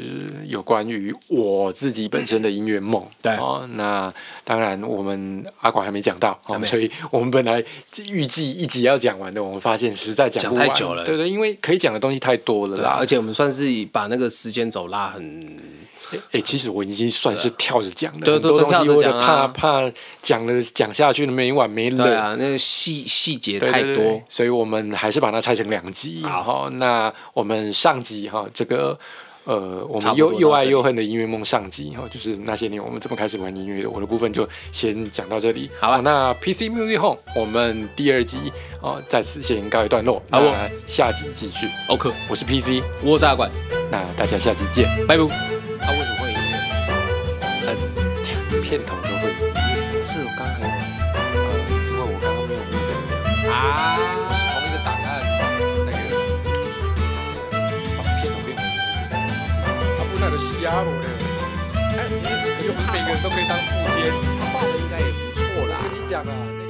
[SPEAKER 1] 有关于我自己本身的音乐梦。
[SPEAKER 2] 对
[SPEAKER 1] 哦，那当然我们阿广还没讲到，
[SPEAKER 2] 还
[SPEAKER 1] 哦，
[SPEAKER 2] 没
[SPEAKER 1] 所以我们本来预计一集要讲完的，我们发现实在讲不完，
[SPEAKER 2] 讲太久了
[SPEAKER 1] 对对，因为可以讲的东西太多了
[SPEAKER 2] 对啊
[SPEAKER 1] 啦
[SPEAKER 2] 而。且我们算是把那个时间轴拉很，
[SPEAKER 1] 哎、其实我已经算是跳着讲了，
[SPEAKER 2] 对
[SPEAKER 1] 很多
[SPEAKER 2] 都
[SPEAKER 1] 东西
[SPEAKER 2] 都
[SPEAKER 1] 我
[SPEAKER 2] 跳着
[SPEAKER 1] 就
[SPEAKER 2] 讲
[SPEAKER 1] 怕
[SPEAKER 2] 啊
[SPEAKER 1] 怕讲了讲下去没完没了。
[SPEAKER 2] 对啊，那个细细节
[SPEAKER 1] 对
[SPEAKER 2] 太
[SPEAKER 1] 对对
[SPEAKER 2] 多，
[SPEAKER 1] 所以我们还是把它拆成两集。
[SPEAKER 2] 好
[SPEAKER 1] 哈那我们上集哈这个。呃，我
[SPEAKER 2] 差
[SPEAKER 1] 们
[SPEAKER 2] 不多
[SPEAKER 1] 又又
[SPEAKER 2] 到
[SPEAKER 1] 爱
[SPEAKER 2] 这里
[SPEAKER 1] 又恨的音乐梦上集哈，就是那些年我们怎么开始玩音乐的，我的部分就先讲到这里。
[SPEAKER 2] 好啊
[SPEAKER 1] 哦那 PC Music Home 我们第二集哦，在此先告一段落。
[SPEAKER 2] 好哦
[SPEAKER 1] 那下集继续。
[SPEAKER 2] OK，
[SPEAKER 1] 我是 PC，
[SPEAKER 2] 我是阿管，
[SPEAKER 1] 那大家下集见。
[SPEAKER 2] 拜拜。
[SPEAKER 1] 啊
[SPEAKER 2] 他为什么会有点？
[SPEAKER 1] 片头都会，是我刚才，呃，因为我刚刚没有录的。
[SPEAKER 2] 啊？
[SPEAKER 1] 是同一个档案，那个把哦片头变成他啊不那个西雅鲁的，
[SPEAKER 2] 哎，你
[SPEAKER 1] 哎可是我们每个人都可以当副监。
[SPEAKER 2] 他画的应该也不错啦。
[SPEAKER 1] 你讲啊，那个。